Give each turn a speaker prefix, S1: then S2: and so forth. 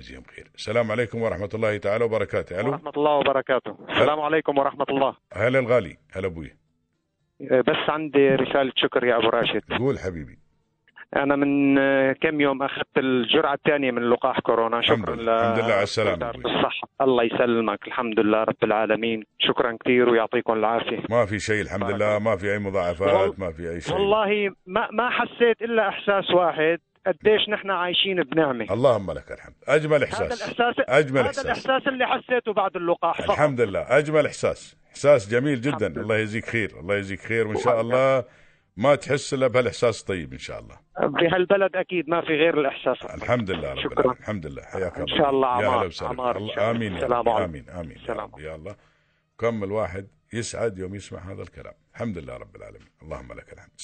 S1: يجزيهم خير السلام عليكم ورحمة الله تعالى وبركاته ألو أه.
S2: ورحمة الله وبركاته السلام عليكم ورحمة الله أه،
S1: هلا الغالي هلا أبوي
S2: بس عندي رسالة شكر يا أبو راشد
S1: قول حبيبي
S2: أنا من أه، كم يوم أخذت الجرعة الثانية من لقاح كورونا
S1: الحمد
S2: شكرا
S1: لله. الحمد لله على السلامة.
S2: وزارة الصحة الله يسلمك الحمد لله رب العالمين شكرا كثير ويعطيكم العافية
S1: ما في شيء الحمد لله ما في أي مضاعفات ما في أي شيء
S2: والله ما ما حسيت إلا إحساس واحد قديش نحن عايشين بنعمة
S1: اللهم لك الحمد أجمل
S2: هذا
S1: إحساس
S2: الإحساس
S1: أجمل
S2: هذا
S1: إحساس
S2: الإحساس اللي حسيته بعد اللقاح فقط.
S1: الحمد لله أجمل إحساس إحساس جميل جدا
S2: الحمد لله.
S1: الله يجزيك خير الله يجزيك خير وإن شاء الله ما تحس إلا بهالإحساس الطيب إن شاء الله
S2: بهالبلد أكيد ما في غير الإحساس
S1: الحمد لله رب
S2: شكرا.
S1: العالمين الحمد لله حياك
S2: إن شاء الله
S1: يا
S2: عمار.
S1: هلا وسهلا.
S2: عمار إن
S1: الله-
S2: شاء الله.
S1: امين يا
S2: السلام
S1: ربي.
S2: عليكم.
S1: امين امين يا
S2: السلام
S1: رب. يا الله كم الواحد يسعد يوم يسمع هذا الكلام الحمد لله رب العالمين اللهم لك الحمد